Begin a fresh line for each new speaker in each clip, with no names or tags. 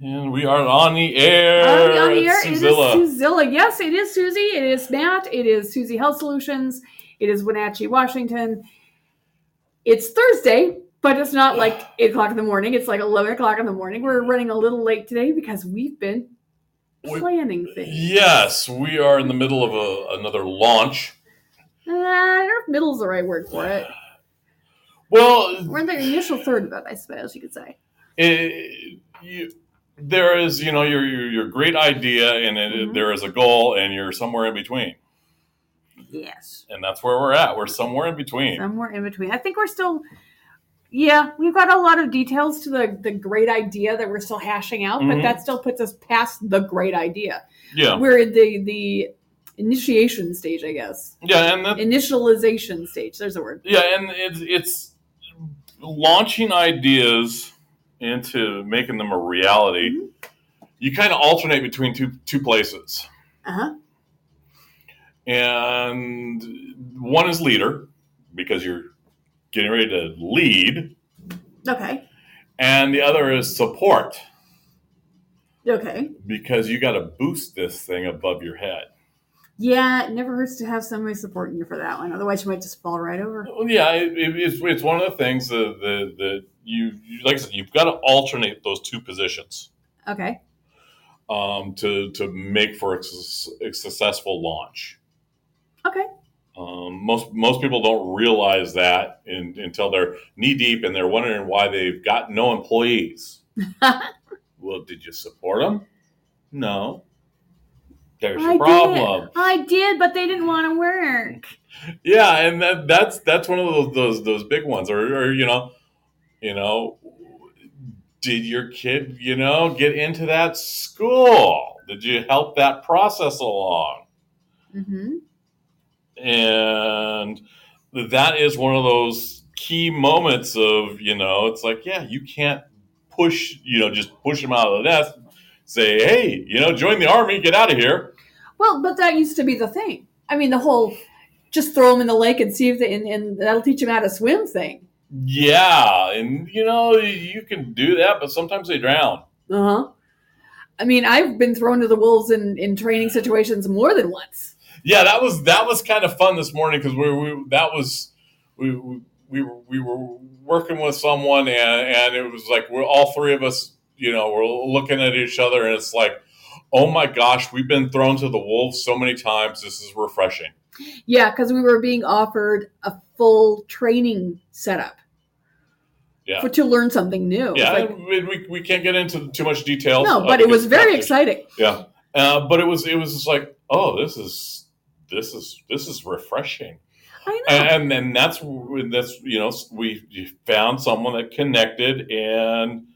And we are on the air.
Are we on the air?
It's
It is
Suzilla.
Suzilla. Yes, it is Susie. It is Matt. It is Susie Health Solutions. It is Wenatchee, Washington. It's Thursday, but it's not like 8 o'clock in the morning. It's like 11 o'clock in the morning. We're running a little late today because we've been
We-
planning things.
Yes, we are in the middle of a, another launch.
Uh, I don't know if middle's the right word for it.
Well,
We're in the initial third of it, I suppose you could say.
it, you, there is, you know, your your, your great idea, and it,
Mhm.
there is a goal, and you're somewhere in between,
Yes.
and that's where we're at. We're somewhere in between.
Somewhere in between. I think we're still, yeah, we've got a lot of details to the, the great idea that we're still hashing out, but
Mhm.
that still puts us past the great idea.
Yeah,
We're in the, the initiation stage, I guess.
yeah, and that,
Initialization stage. There's a word.
yeah, and it's it's launching ideas into making them a reality.
Mhm.
You kind of alternate between two two places.
Uh huh.
and one is leader because you're getting ready to lead
Okay.
and the other is support
Okay.
because you got to boost this thing above your head
Yeah, it never hurts to have somebody supporting you for that one. Otherwise, you might just fall right over.
Well, yeah it, it- it's, it's one of the things that, that, that you, you like i said you've got to alternate those two positions
Okay.
um, to, to make for a, su- a successful launch
Okay.
um, most most people don't realize that in, until they're knee deep and they're wondering why they've got no employees. well, did you support them? No. There's
I
your problem.
did. I did, but they didn't want to work.
Yeah, and that that's that's one of those those, those big ones, or, or you know, you know, did your kid you know get into that school? Did you help that process along?
Mm-hmm.
and that is one of those key moments of you know it's like yeah you can't push you know just push them out of the nest say hey you know join the army get out of here
Well, but that used to be the thing. I mean, the whole just throw them in the lake and see if they, and, and that'll teach them how to swim thing.
yeah and you know you can do that but sometimes they drown
Uh huh. I mean, I've been thrown to the wolves in, in training situations more than once.
yeah that was that was kind of fun this morning because we, we that was we, we we were- we were working with someone and and it was like we're all three of us you know we're looking at each other and it's like oh my gosh we've been thrown to the wolves so many times this is refreshing
Yeah, because we were being offered a full training setup.
Yeah.
For, to learn something new.
yeah
Like,
we, we, we can't get into too much detail
no, but it was very exciting.
yeah uh, but it was it was just like oh this is this is this is refreshing
I know.
and then that's when that's you know we you found someone that connected and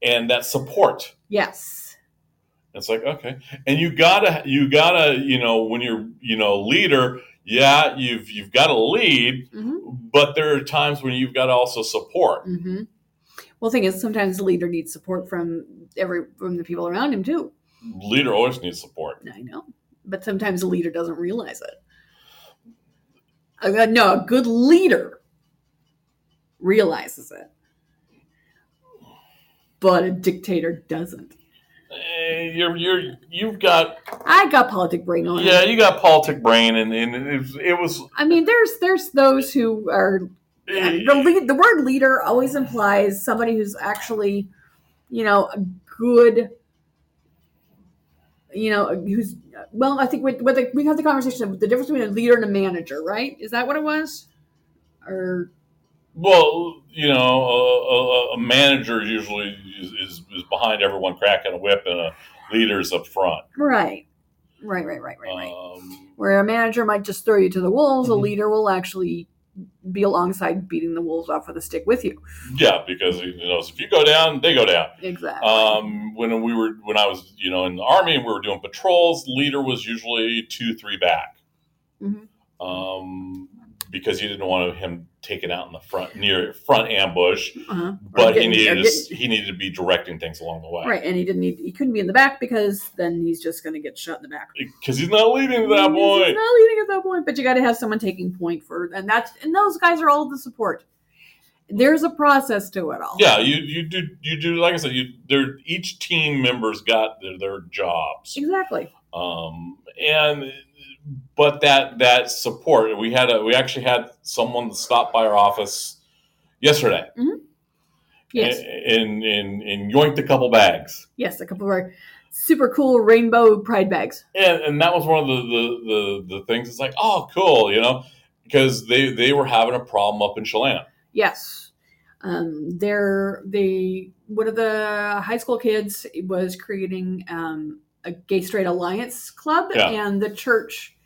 and that support
yes.
it's like okay and you gotta you gotta you know when you're you know leader yeah you've you've got to lead
Mm-hmm.
but there are times when you've got to also support
Mm-hmm. Well, thing is, sometimes the leader needs support from every from the people around him too.
leader always needs support
I know, but sometimes the leader doesn't realize it. Uh, no, a good leader realizes it, but a dictator doesn't.
Eh, you're you're you've got
I got politic brain on.
yeah
It.
you got politic brain and, and it, was- it was eh,
I mean, there's there's those who are
Mm.
the lead. The word leader always implies somebody who's actually, you know, a good. You know, who's well? I think we what the, we had the conversation of the difference between a leader and a manager, right? Is that what it was? Or
Well, you know, a, a, a manager usually is, is, is behind everyone cracking a whip, and a leader's up front.
right, right, right, right, right, right.
Um,
Where a manager might just throw you to the wolves, a
Mhm.
leader will actually be alongside beating the wolves off with a stick with you.
yeah, because you know, if you go down, they go down.
Exactly.
Um, when we were when I was you know in the army and we were doing patrols, leader was usually two three back,
Mhm.
um, because you didn't want him taken out in the front near front ambush,
uh-huh.
but he
getting- or
needed
getting-
to, he needed to be directing things along the way.
Right, and he didn't need he couldn't be in the back because then he's just going to get shot in the back.
Because he's not leading at that
He's
point.
not leading at that point, but you got to have someone taking point for, and that's and those guys are all the support. there's a process to it all.
Yeah, you you do you do like I said, you there each team member's got their, their jobs.
Exactly.
Um and but that that support we had a we actually had someone stop by our office yesterday
Yes.
and, and and yoinked a couple bags.
yes. A couple of our super cool rainbow pride bags.
and, and that was one of the, the the the things. It's like, oh, cool, you know, because they they were having a problem up in Chelan.
Yes. Um, they're they one of the high school kids was creating um, a gay straight alliance club
Yeah.
and the church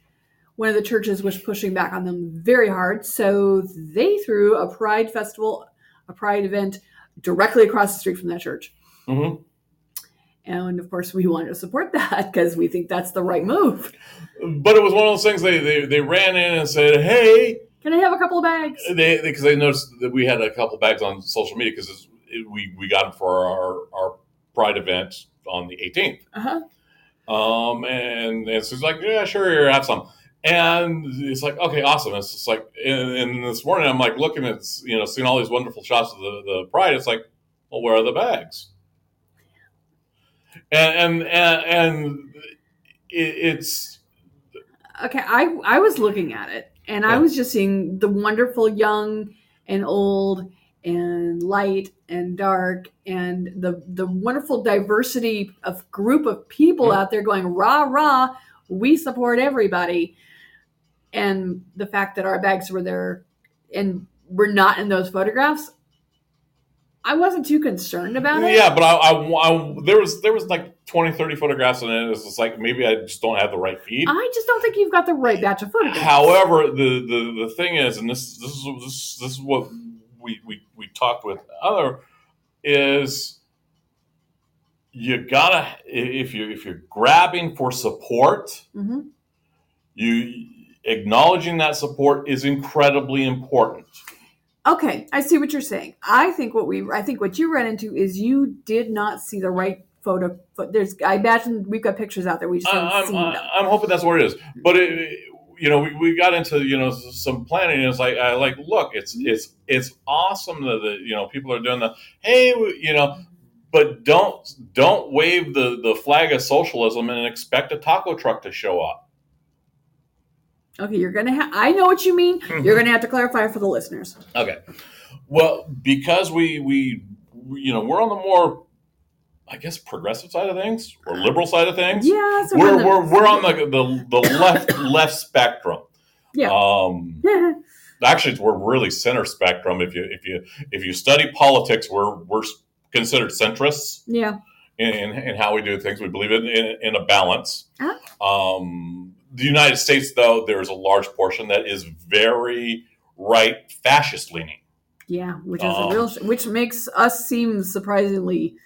one of the churches was pushing back on them very hard so they threw a pride festival a pride event directly across the street from that church
Mm-hmm.
and of course we wanted to support that because we think that's the right move
But it was one of those things. They they, they ran in and said, hey,
can i have a couple of bags
they because they noticed that we had a couple bags on social media because we we got them for our our Pride event on the 18th.
uh-huh.
Um, and, and so it's like, yeah, sure, here, have some. And it's like, okay, awesome. It's just like, and, and this morning I'm like looking at, you know, seeing all these wonderful shots of the, the pride. It's like, well, where are the bags? And, and, and, and it, it's,
Okay, I I was looking at it and I
Yeah.
was just seeing the wonderful young and old and light and dark and the the wonderful diversity of group of people
Yeah.
out there going rah rah, we support everybody, and the fact that our bags were there and were not in those photographs, I wasn't too concerned about it.
yeah, but I, I, I- there was, there was like 20, 30 photographs in it. It's just like, maybe I just don't have the right feed.
I just don't think you've got the right batch of photographs.
However, the, the, the thing is, and this this is this, this is what we, we we talked with other is you gotta i- if you if you're grabbing for support,
hmm
you acknowledging that support is incredibly important.
Okay, I see what you're saying. I think what we, I think what you ran into is you did not see the right photo. But there's, I imagine we've got pictures out there. We just haven't
I, Uh, I'm,
seen them.
I, I'm hoping that's what it is. But it, you know, we, we got into you know s- some planning. And it's like I like look, it's it's it's awesome that the, you know people are doing the hey we- you know, but don't don't wave the the flag of socialism and expect a taco truck to show up.
Okay, you're gonna. Ha- I know what you mean.
Mm-hmm.
You're gonna have to clarify for the listeners.
Okay, well because we we we, you know we're on the more I guess progressive side of things or liberal side of things.
Yeah, so
We're,
the-
we're, we're on the, the, the left left spectrum.
Yeah.
Um,
Yeah,
actually it's- we're really center spectrum if you if you if you study politics we're we're considered centrists
yeah.
in, in, in how we do things we believe in in, in a balance
Ah.
um, the united states though there's a large portion that is very right fascist leaning
yeah, Which is
Um,
a real, sh- which makes us seem surprisingly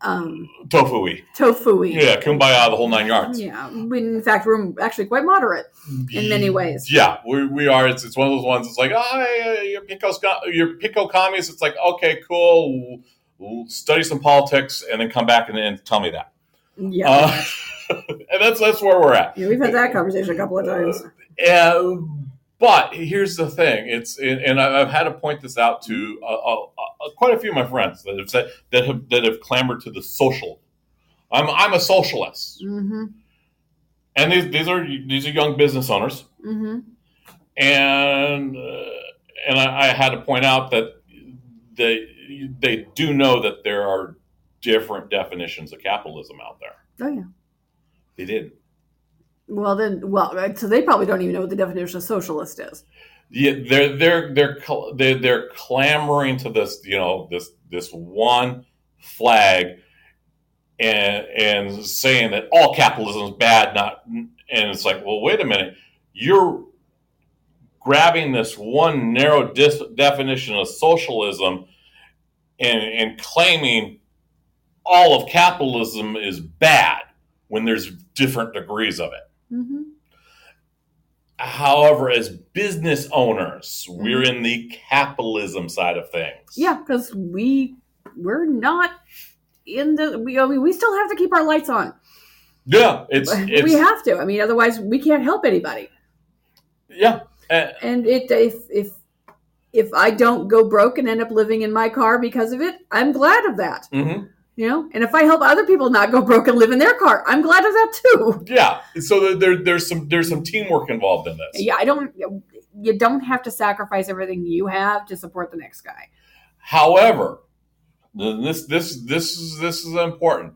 um,
tofu
tofu-y.
yeah kumbaya the whole nine yards
Yeah, when in fact we're actually quite moderate in many ways.
yeah we, we are it's, it's one of those ones it's like oh you're pico sco- you're pico commies it's like okay cool study some politics and then come back and, and tell me that
Yeah,
Uh, and that's that's where we're at.
yeah, we've had that conversation a couple of times.
Uh, but here's the thing: it's and and I- I've had to point this out to uh, uh, uh, quite a few of my friends that have said that have that have clamored to the social. I'm I'm a socialist,
Mm-hmm.
and these these are these are young business owners,
Mm-hmm.
and uh, and I, I had to point out that they they do know that there are different definitions of capitalism out there.
Oh yeah.
They didn't.
Well, then, well, right, so they probably don't even know what the definition of socialist is.
yeah, they're they're they're cl- they're they're clamoring to this you know this this one flag and and saying that all capitalism is bad not and it's like well wait a minute you're grabbing this one narrow dis- definition of socialism and and claiming all of capitalism is bad when there's different degrees of it
Mm-hmm.
However, as business owners, we're in the capitalism side of things.
Mm-hmm. Yeah, because we we're not in the. We, I mean, we still have to keep our lights on.
Yeah. It's, it's
we have to. I mean, otherwise we can't help anybody.
yeah. Uh,
And it if if if I don't go broke and end up living in my car because of it, I'm glad of that.
hmm
You know, and if I help other people not go broke and live in their car, I'm glad of that too.
Yeah. So there- there, there's some there's some teamwork involved in this.
Yeah, I don't. You don't have to sacrifice everything you have to support the next guy.
However, th- this this this is this is important.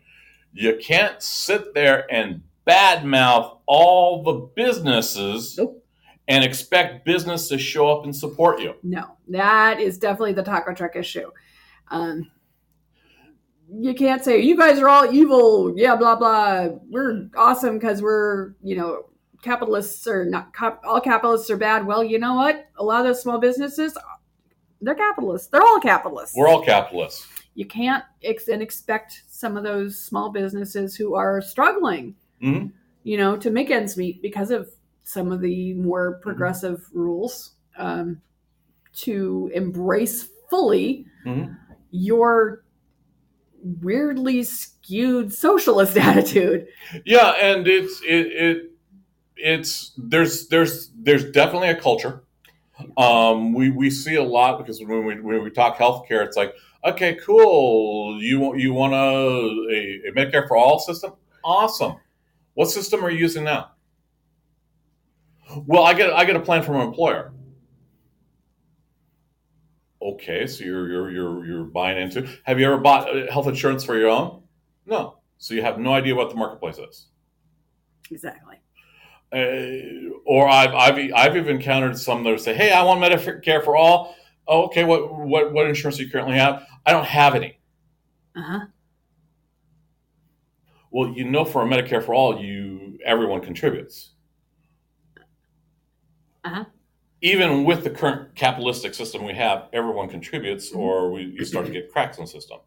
You can't sit there and badmouth all the businesses
Nope.
and expect business to show up and support you.
No, that is definitely the taco truck issue. Um, you can't say you guys are all evil. Yeah, blah blah. We're awesome because we're you know capitalists are not cap- all capitalists are bad. Well, you know what? A lot of those small businesses, they're capitalists. They're all capitalists.
We're all capitalists.
you can't ex- and expect some of those small businesses who are struggling,
Mhm.
you know, to make ends meet because of some of the more
Mm-hmm.
progressive rules um, to embrace fully
Mhm.
your weirdly skewed socialist attitude.
Yeah, and it's it, it it's there's there's there's definitely a culture. Um, we we see a lot because when we when we talk healthcare, it's like okay, cool. You want you want a, a, a Medicare for all system? Awesome. What system are you using now? Well, I get I get a plan from an employer. Okay, so you're you're you're you're buying into. Have you ever bought uh, health insurance for your own? No. So you have no idea what the marketplace is.
Exactly.
Uh, or I've, I've I've even encountered some that would say, "Hey, I want Medicare for all." Oh, okay, what what what insurance do you currently have? I don't have any.
Uh huh.
Well, you know, for a Medicare for all, you everyone contributes.
Uh-huh.
Even with the current capitalistic system we have, everyone contributes, or we you start to get cracks in the system.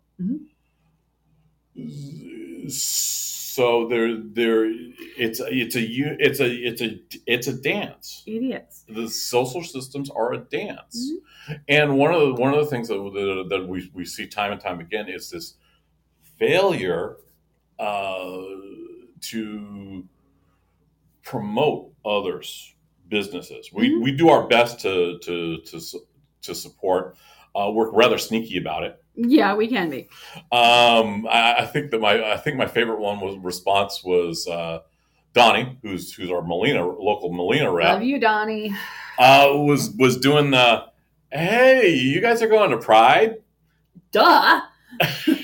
So there, there, it's a- it's a u- it's a it's a it's a dance.
Idiots.
the social systems are a dance. And one of the one of the things that that, that we, we see time and time again is this failure uh, to promote others businesses. We,
Mhm.
we do our best to to to, su- to support. Uh, we're rather sneaky about it.
Yeah, we can be.
Um, I, I think that my I think my favorite one was response was uh, Donnie, who's who's our Molina local Molina rep
Love you, Donnie.
uh, was was doing the hey you guys are going to pride
Duh. Did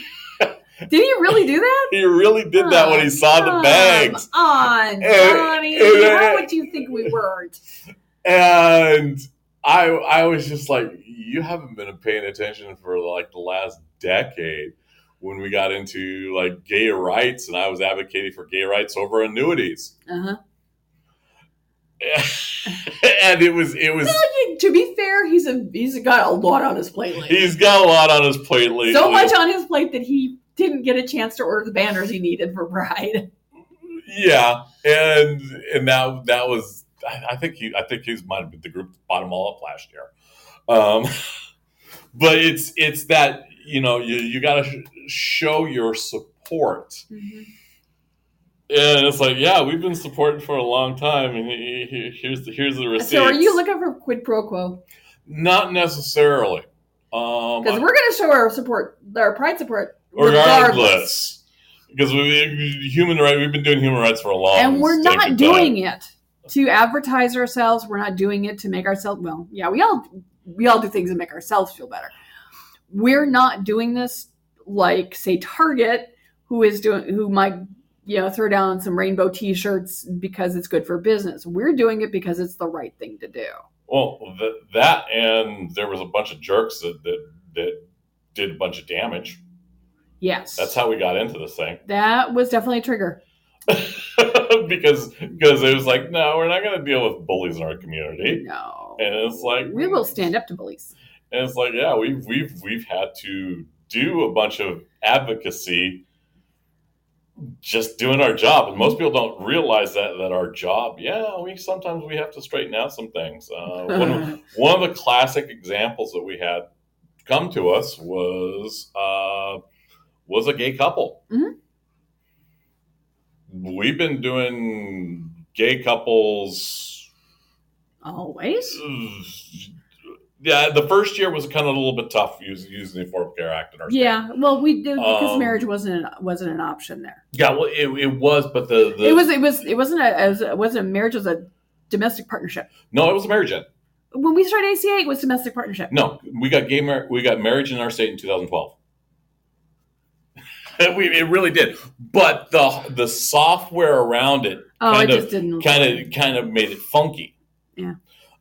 he really do that?
he really did that when he saw the bags
Come on,
Eh,
Johnny.
eh,
How
eh.
would you think we weren't?
and i i was just like you haven't been paying attention for like the last decade when we got into like gay rights and i was advocating for gay rights over annuities
Uh-huh.
and it was it was
To be fair, he's a he's got a lot on his plate lately.
he's got a lot on his plate lately
So much on his plate that he didn't get a chance to order the banners he needed for Pride.
yeah and and that that was i, I think he i think he's might have been the group that bought them all up last year um but it's it's that you know you you gotta sh- show your support and it's like yeah we've been supporting for a long time and he- he- he- here's the here's the receipt
So, are you looking for quid pro quo?
not necessarily um
Because we're going to show our support, our Pride support, regardless.
regardless because we human right we've been doing human rights for a long
and we're
stinking
not
time.
doing it to advertise ourselves we're not doing it to make ourselves well yeah we all we all do things that make ourselves feel better we're not doing this like say target who is doing who might you know throw down some rainbow t-shirts because it's good for business we're doing it because it's the right thing to do
Well, th- that and there was a bunch of jerks that, that that did a bunch of damage.
yes
That's how we got into this thing
that was definitely a trigger
because because it was like, no, we're not going to deal with bullies in our community.
no
And it's like-
we will stand up to bullies
And it's like, yeah, we've we've we've had to do a bunch of advocacy, just doing our job. And most people don't realize that that our job, yeah, we sometimes we have to straighten out some things. Uh, one of- one of the classic examples that we had come to us was uh, was a gay couple.
Mhm.
We've been doing gay couples
always
uh, yeah, the first year was kind of a little bit tough using, using the Affordable Care Act in our state.
Yeah, well, we did because
Um,
marriage wasn't an, wasn't an option there.
Yeah, well, it, it was, but the, the
it was it was it wasn't a as it wasn't a marriage it was a domestic partnership.
no, it was a marriage end.
When we started ACA, it was domestic partnership.
No, we got gay mar- we got marriage in our state in 2012. we, it really did, but the the software around it
oh, I
kind of-
just didn't.
kind of kind of made it funky.
Yeah.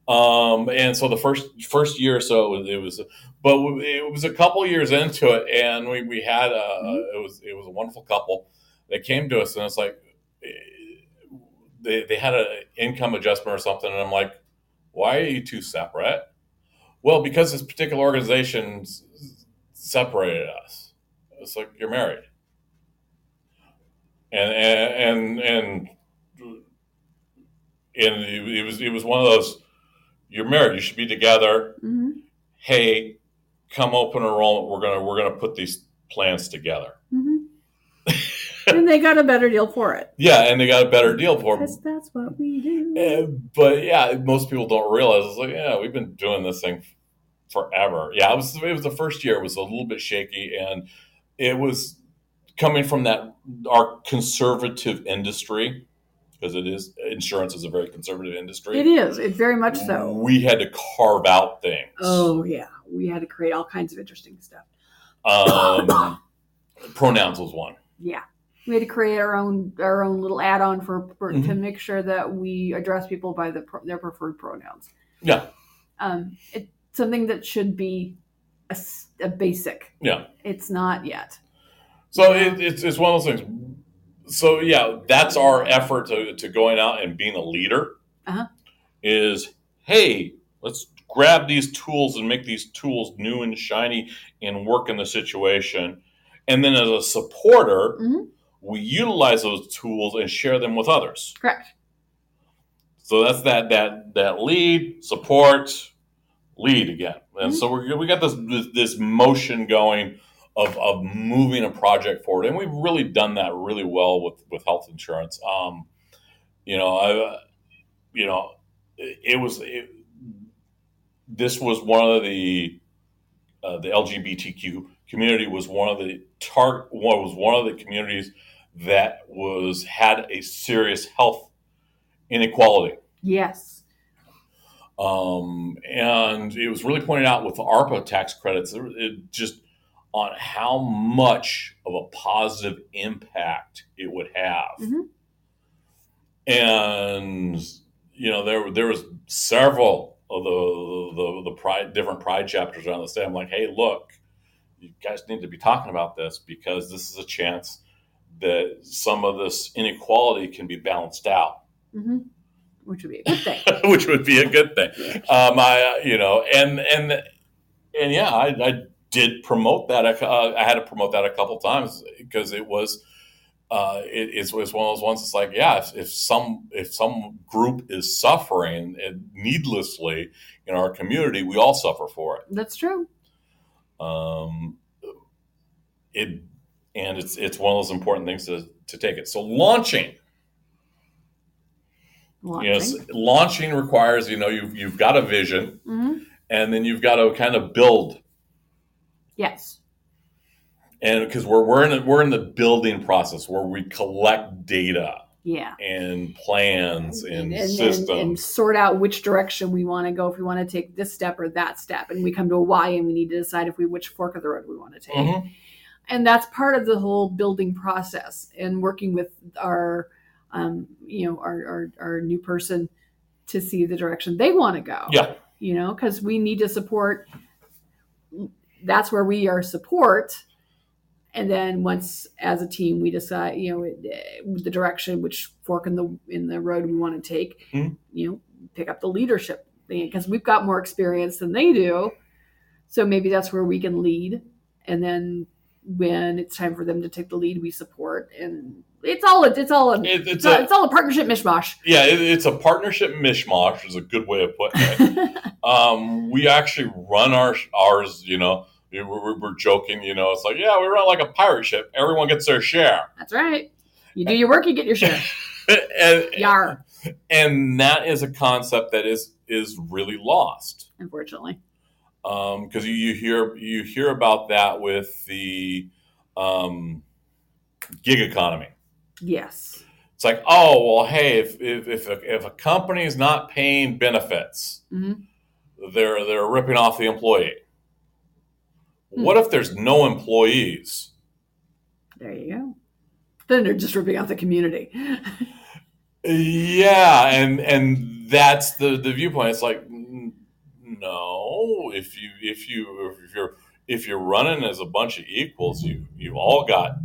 Um, and so the first first year or so it was, it was but it was a couple years into it, and we we had a
Mhm.
it was it was a wonderful couple that came to us, and it's like eh, they they had an income adjustment or something, and I'm like, why are you two separate? Well, because this particular organization s- separated us. It's like you're married, and and and. and and it, it was it was one of those you're married you should be together
hmm
hey come open enrollment we're gonna we're gonna put these plans together
hmm mm-hmm. and they got a better deal for it.
yeah and they got a better deal for them
Because that's what we do.
Eh, but yeah most people don't realize it's like yeah we've been doing this thing forever yeah it was it was the first year it was a little bit shaky and it was coming from that our conservative industry because it is insurance is a very conservative industry
It is. It very much so.
we had to carve out things
Oh yeah, we had to create all kinds of interesting stuff.
Um, pronouns was one.
Yeah, we had to create our own our own little add on for, for to
Mhm.
make sure that we address people by the pro, their preferred pronouns.
Yeah.
um, it's something that should be a, s- a basic.
Yeah.
it's not yet.
So it, it's, it's one of those things. So yeah, that's our effort to, to going out and being a leader
Uh-huh.
is, hey, let's grab these tools and make these tools new and shiny and work in the situation. And then as a supporter,
Mhm.
we utilize those tools and share them with others.
Correct.
So that's that that that lead support lead again,
Mm-hmm.
and so we we got this, this this motion going of of moving a project forward, and we've really done that really well with with health insurance. Um, you know, I you know it, it was it, this was one of the uh, the LGBTQ community was one of the tar- one was one of the communities that was had a serious health inequality
Yes.
um, and it was really pointed out with the ARPA tax credits, it- it just on how much of a positive impact it would have.
Mhm.
And you know, there there was several of the the, the pride, different pride chapters around the state. I'm like, hey, look, you guys need to be talking about this because this is a chance that some of this inequality can be balanced out
hmm Which would be a good thing.
which would be a good thing. Um, I, uh, you know, and and and yeah, I, I did promote that. I, uh, I had to promote that a couple times because it was, uh, it, it's, it's one of those ones. It's like, yeah, if, if some if some group is suffering and needlessly in our community, we all suffer for it.
That's true.
Um, it and it's it's one of those important things to to take it. So launching. Yes, launching requires you know you've you've got a vision
hmm
and then you've got to kind of build
Yes.
and because we're we're in the, we're in the building process where we collect data
Yeah.
and plans and, systems.
and, and sort out which direction we want to go if we want to take this step or that step and we come to a y and we need to decide if we which fork of the road we want to take
Mhm.
and that's part of the whole building process and working with our um, you know our, our our new person to see the direction they want to go
Yeah,
you know because we need to support that's where we are support and then once as a team we decide you know eh, the direction which fork in the in the road we want to take
Mhm.
you know pick up the leadership thing because we've got more experience than they do so maybe that's where we can lead and then when it's time for them to take the lead we support and it's all a, it's all a,
it, it's
it's, all,
a
it's all a partnership mishmash
yeah, it, it's a partnership mishmash is a good way of putting it. um, we actually run our ours, you know. we- We're, we're joking, you know. It's like, yeah, we run like a pirate ship. Everyone gets their share.
that's right you do your work you get your share
and,
yar
and that is a concept that is is really lost.
unfortunately.
because Um, you, you hear you hear about that with the um, gig economy.
Yes.
It's like, oh well, hey, if if if a, if a company is not paying benefits,
Mhm.
they're they're ripping off the employee. What if there's no employees?
There you go. Then they're just ripping out the community.
Yeah, and and that's the the viewpoint. It's like n- no, if you if you if you're if you're running as a bunch of equals, you you've all got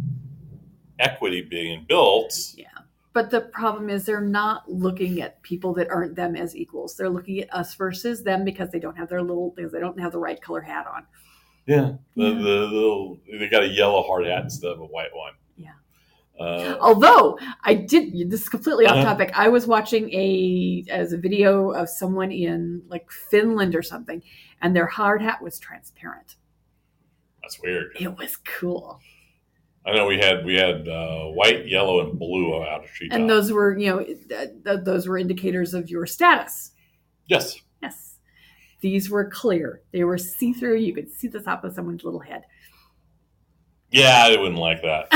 equity being built.
But the problem is they're not looking at people that aren't them as equals. They're looking at us versus them because they don't have their little because they don't have the right color hat on.
Yeah, the
Yeah.
the little, they got a yellow hard hat instead of a white one.
Yeah.
Uh,
Although I did this is completely off
Uh-huh.
topic. I was watching a as a video of someone in like Finland or something, and their hard hat was transparent.
that's weird.
It was cool.
I know we had we had uh, white, yellow, and blue out of tree.
And those were, you know, th- th- those were indicators of your status.
yes,
Yes. These were clear. They were see through. You could see the top of someone's little head.
yeah, I wouldn't like that.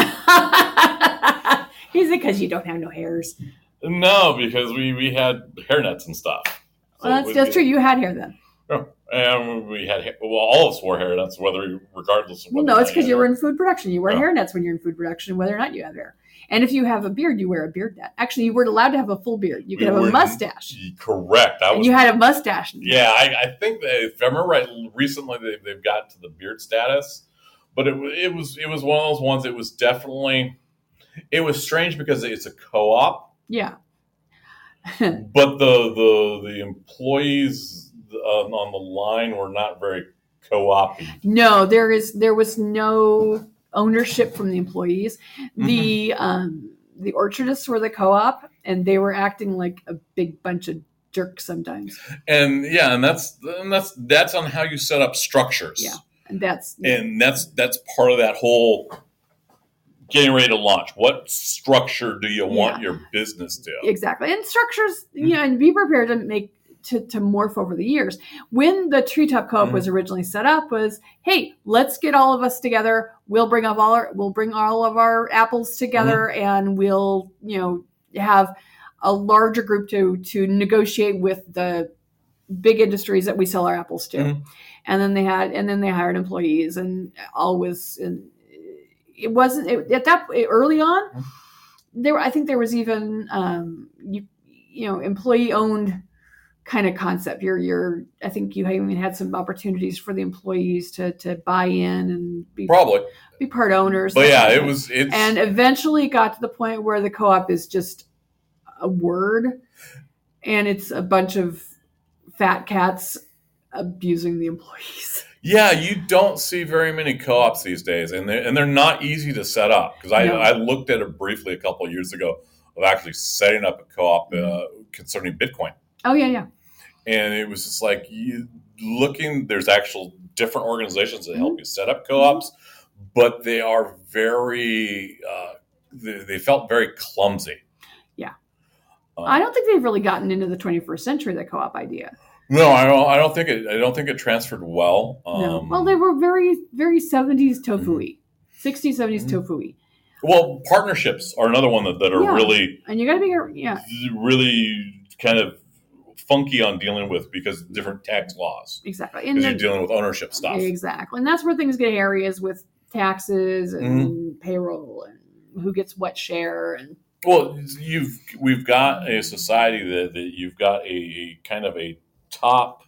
Is it because you don't have no hairs?
No, because we we had hairnets and stuff. So
Well,
it
that's,
was
that's
good.
true. You had hair then.
And Eh, we had ha- well, all of us wore hairnets, whether regardless of
Well,
whether
no,
or
it's
not
because
you
you
had
were in food production. You wear
Oh.
hair nets when you're in food production, whether or not you have hair. And if you have a beard, you wear a beard net. Actually, you weren't allowed to have a full beard. You could
We
have a
weren't-
mustache.
hair. Correct. I
And
was.
you had a mustache.
yeah, I, I think that if I remember right, recently they, they've got to the beard status, but it, wa- it was it was one of those ones. It was definitely it was strange because it's a co-op,
Yeah.
but the the the employees uh, on the line were not very co-op.
No, there is there was no ownership from the employees. The um, the orchardists were the co-op, and they were acting like a big bunch of jerks sometimes.
And yeah, and that's and that's that's on how you set up structures.
Yeah. And that's
and that's that's part of that whole getting ready to launch what structure do you want your business to
exactly and structures you know and be prepared to make to, to morph over the years when the treetop co-op was originally set up was hey let's get all of us together we'll bring up all our we'll bring all of our apples together and we'll you know have a larger group to to negotiate with the big industries that we sell our apples to
Mhm.
and then they had and then they hired employees and all was and it wasn't it, at that early on
Mm-hmm.
there i think there was even um you you know employee owned kind of concept you're you're i think you even had some opportunities for the employees to to buy in and be,
probably
be part owners
but yeah it was it's
and eventually it got to the point where the co-op is just a word and it's a bunch of fat cats abusing the employees
yeah you don't see very many co-ops these days and they're, and they're not easy to set up because I,
No.
I looked at it briefly a couple of years ago of actually setting up a co-op
Mm-hmm.
uh, concerning bitcoin
oh yeah yeah
and it was just like you looking there's actual different organizations that
Mm-hmm.
help you set up co-ops but they are very uh, they, they felt very clumsy
Yeah.
Um,
i don't think they've really gotten into the 21st century the co-op idea
no i don't i don't think it i don't think it transferred well um
no. well they were very very 70s tofu 60s 70s
Mhm.
tofu
well, partnerships are another one that, that are
Yeah.
really
and you gotta be yeah
really kind of funky on dealing with because different tax laws
exactly and
because you're
then-
dealing with ownership stuff
Exactly. And that's where things get hairy is with taxes and payroll and who gets what share and
Well, you've we've got a society that, that you've got a, a kind of a top,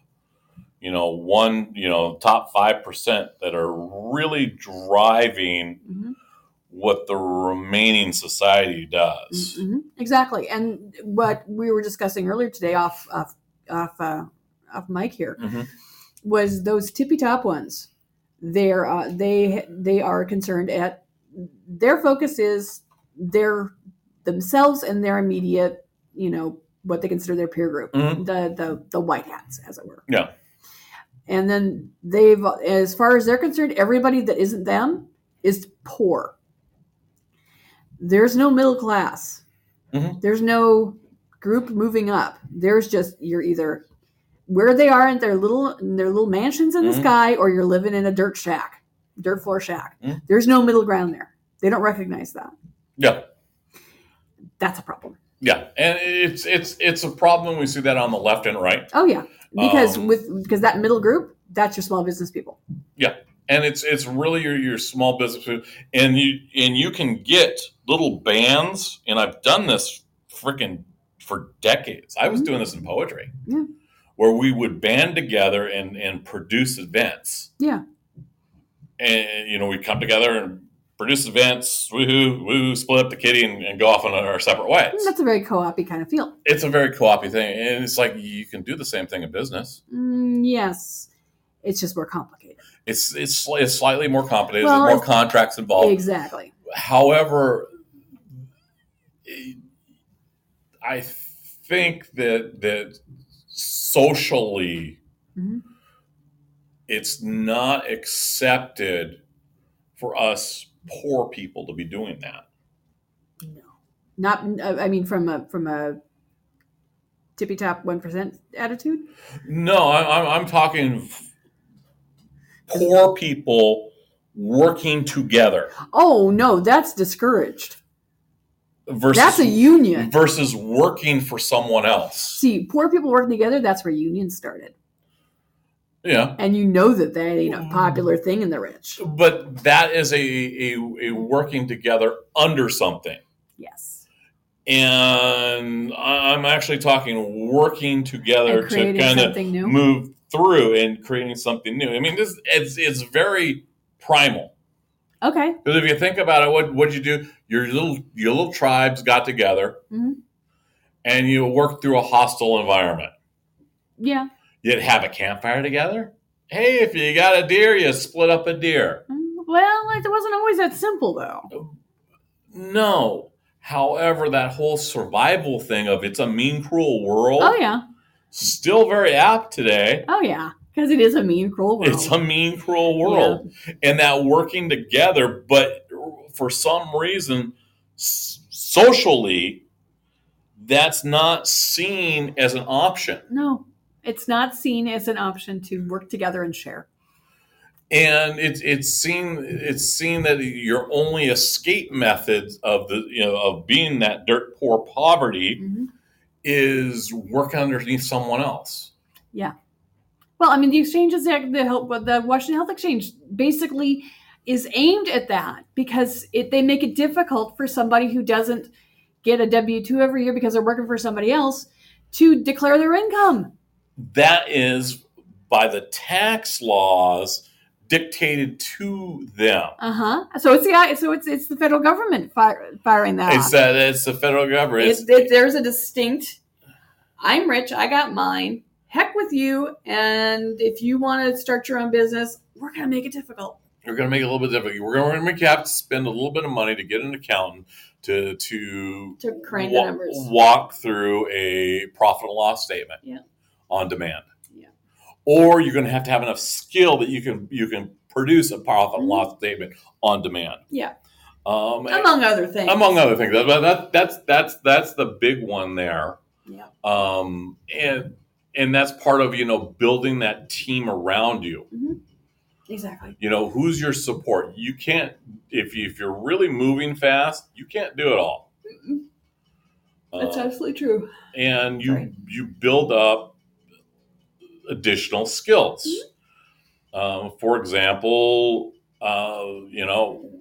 you know, one, you know, top five percent that are really driving what the remaining society does.
Mhm. exactly. And what we were discussing earlier today off off off uh, off mic here
Mhm.
was those tippy top ones. They're uh, they they are concerned at their focus is their themselves and their immediate you know what they consider their peer group
Mhm.
the the the white hats as it were
Yeah.
and then they've as far as they're concerned everybody that isn't them is poor there's no middle class
Mhm.
there's no group moving up there's just you're either where they are in their little in their little mansions in the
Mhm.
sky, or you're living in a dirt shack, dirt floor shack.
Mhm.
There's no middle ground there. They don't recognize that.
Yeah.
That's a problem.
Yeah, and it's it's it's a problem. We see that on the left and right,
Oh yeah, because
Um,
with because that middle group, that's your small business people.
and it's it's really your your small business, and you and you can get little bands, and I've done this freaking for decades. I was doing this in poetry,
Mm-hmm. Yeah.
where we would band together and and produce events.
Yeah.
and you know we come together and produce events. Woohoo! Woo! Split up the kitty and, and go off on our separate ways.
That's a very co-opy kind of feel.
It's a very co-op thing, and it's like you can do the same thing in business.
Mm, yes, it's just more complicated.
It's it's, sli- it's slightly more complicated.
Well,
There's more
it's-
contracts involved.
Exactly.
However, I think that that socially,
Mhm.
it's not accepted for us poor people to be doing that.
No, not. uh, I mean, from a from a tippy top one percent attitude.
No, I, I'm I'm talking poor people working together
Oh no, that's discouraged.
versus
That's a union.
versus working for someone else.
See, poor people working together, that's where unions started.
Yeah.
And you know that that ain't a popular thing in the rich.
but that is a, a, a working together under something
Yes.
and I- i'm actually talking working together
And
to
creating
kind of
something new.
move through and creating something new i mean this it's, it's very primal
Okay.
because if you think about it what what'd you do your little your little tribes got together
Mhm.
and you worked through a hostile environment
Yeah.
you'd have a campfire together hey if you got a deer you split up a deer
Mm, Well, it wasn't always that simple, though.
No. However, that whole survival thing of it's a mean, cruel world
Oh, yeah.
still very apt today.
Oh, yeah. Because it is a mean, cruel world.
It's a mean, cruel world, and that working together, but for some reason, s- socially, that's not seen as an option.
No, it's not seen as an option to work together and share.
and it's it's seen it's seen that your only escape methods of the you know of being that dirt poor poverty
Mhm.
is working underneath someone else.
Well, I mean, the exchanges act, the help, the Washington Health Exchange basically is aimed at that because it, they make it difficult for somebody who doesn't get a W two every year because they're working for somebody else to declare their income.
That is by the tax laws dictated to them.
Uh huh. So it's yeah. So it's it's the federal government fire, firing that.
It's
off.
that it's the federal government.
It's,
It's-
Ah. it- there's a distinct. I'm rich. I got mine. Heck with you. And if you want to start your own business, we're gonna make it difficult.
We're going to make it a little bit difficult. We're going to make you have to spend a little bit of money to get an accountant to to
To crank the
wa-
numbers.
walk through a profit and loss statement
Yeah.
on demand.
Yeah.
Or you're going to have to have enough skill that you can you can produce a profit and
Mhm.
loss statement on demand.
Yeah.
Um,
Among other things.
among other things. That, that, that's that's that's the big one there.
Yeah.
Um, and and that's part of you know building that team around you.
Exactly.
You know who's your support. You can't if you, if you're really moving fast, you can't do it all.
Mm-mm. That's
Uh,
absolutely true.
and you
Right.
you build up additional skills.
Mm-hmm.
Um, for example, uh, you know,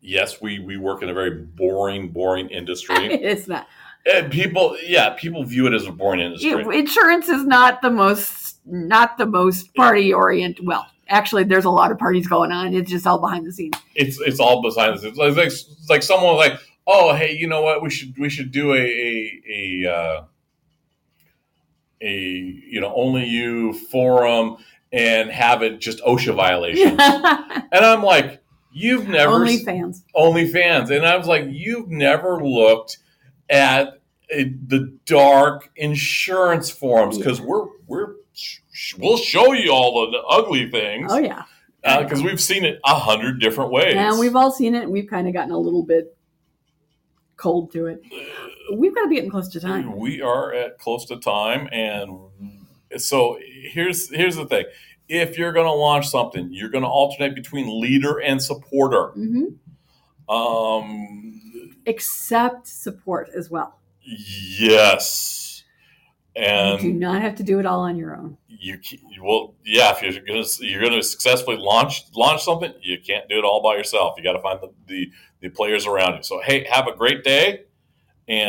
yes, we we work in a very boring, boring industry.
It's not.
And people, yeah, people view it as a boring industry.
insurance is not the most not the most party orient. Well, actually, there's a lot of parties going on. It's just all behind the scenes.
It's it's all beside us. It's like, it's like someone was like, "Oh, hey, you know what? We should we should do a a a, uh, a you know only you forum and have it just OSHA violations." and I'm like, "You've never
Only
s-
fans.
OnlyFans," and I was like, "You've never looked at." uh the dark insurance forums because we're we're sh- sh- we'll show you all the ugly things
Oh yeah.
because Uh, we've seen it a hundred different ways.
And we've all seen it. and We've kind of gotten a little bit cold to it. We've got to be getting close to time.
we are at close to time, and so here's here's the thing. If you're going to launch something, you're going to alternate between leader and supporter.
hmm
Um,
Accept support as well.
yes, and
you do not have to do it all on your own.
you ca- well yeah if you're gonna you're gonna successfully launch launch something you can't do it all by yourself you got to find the, the the players around you so hey have a great day and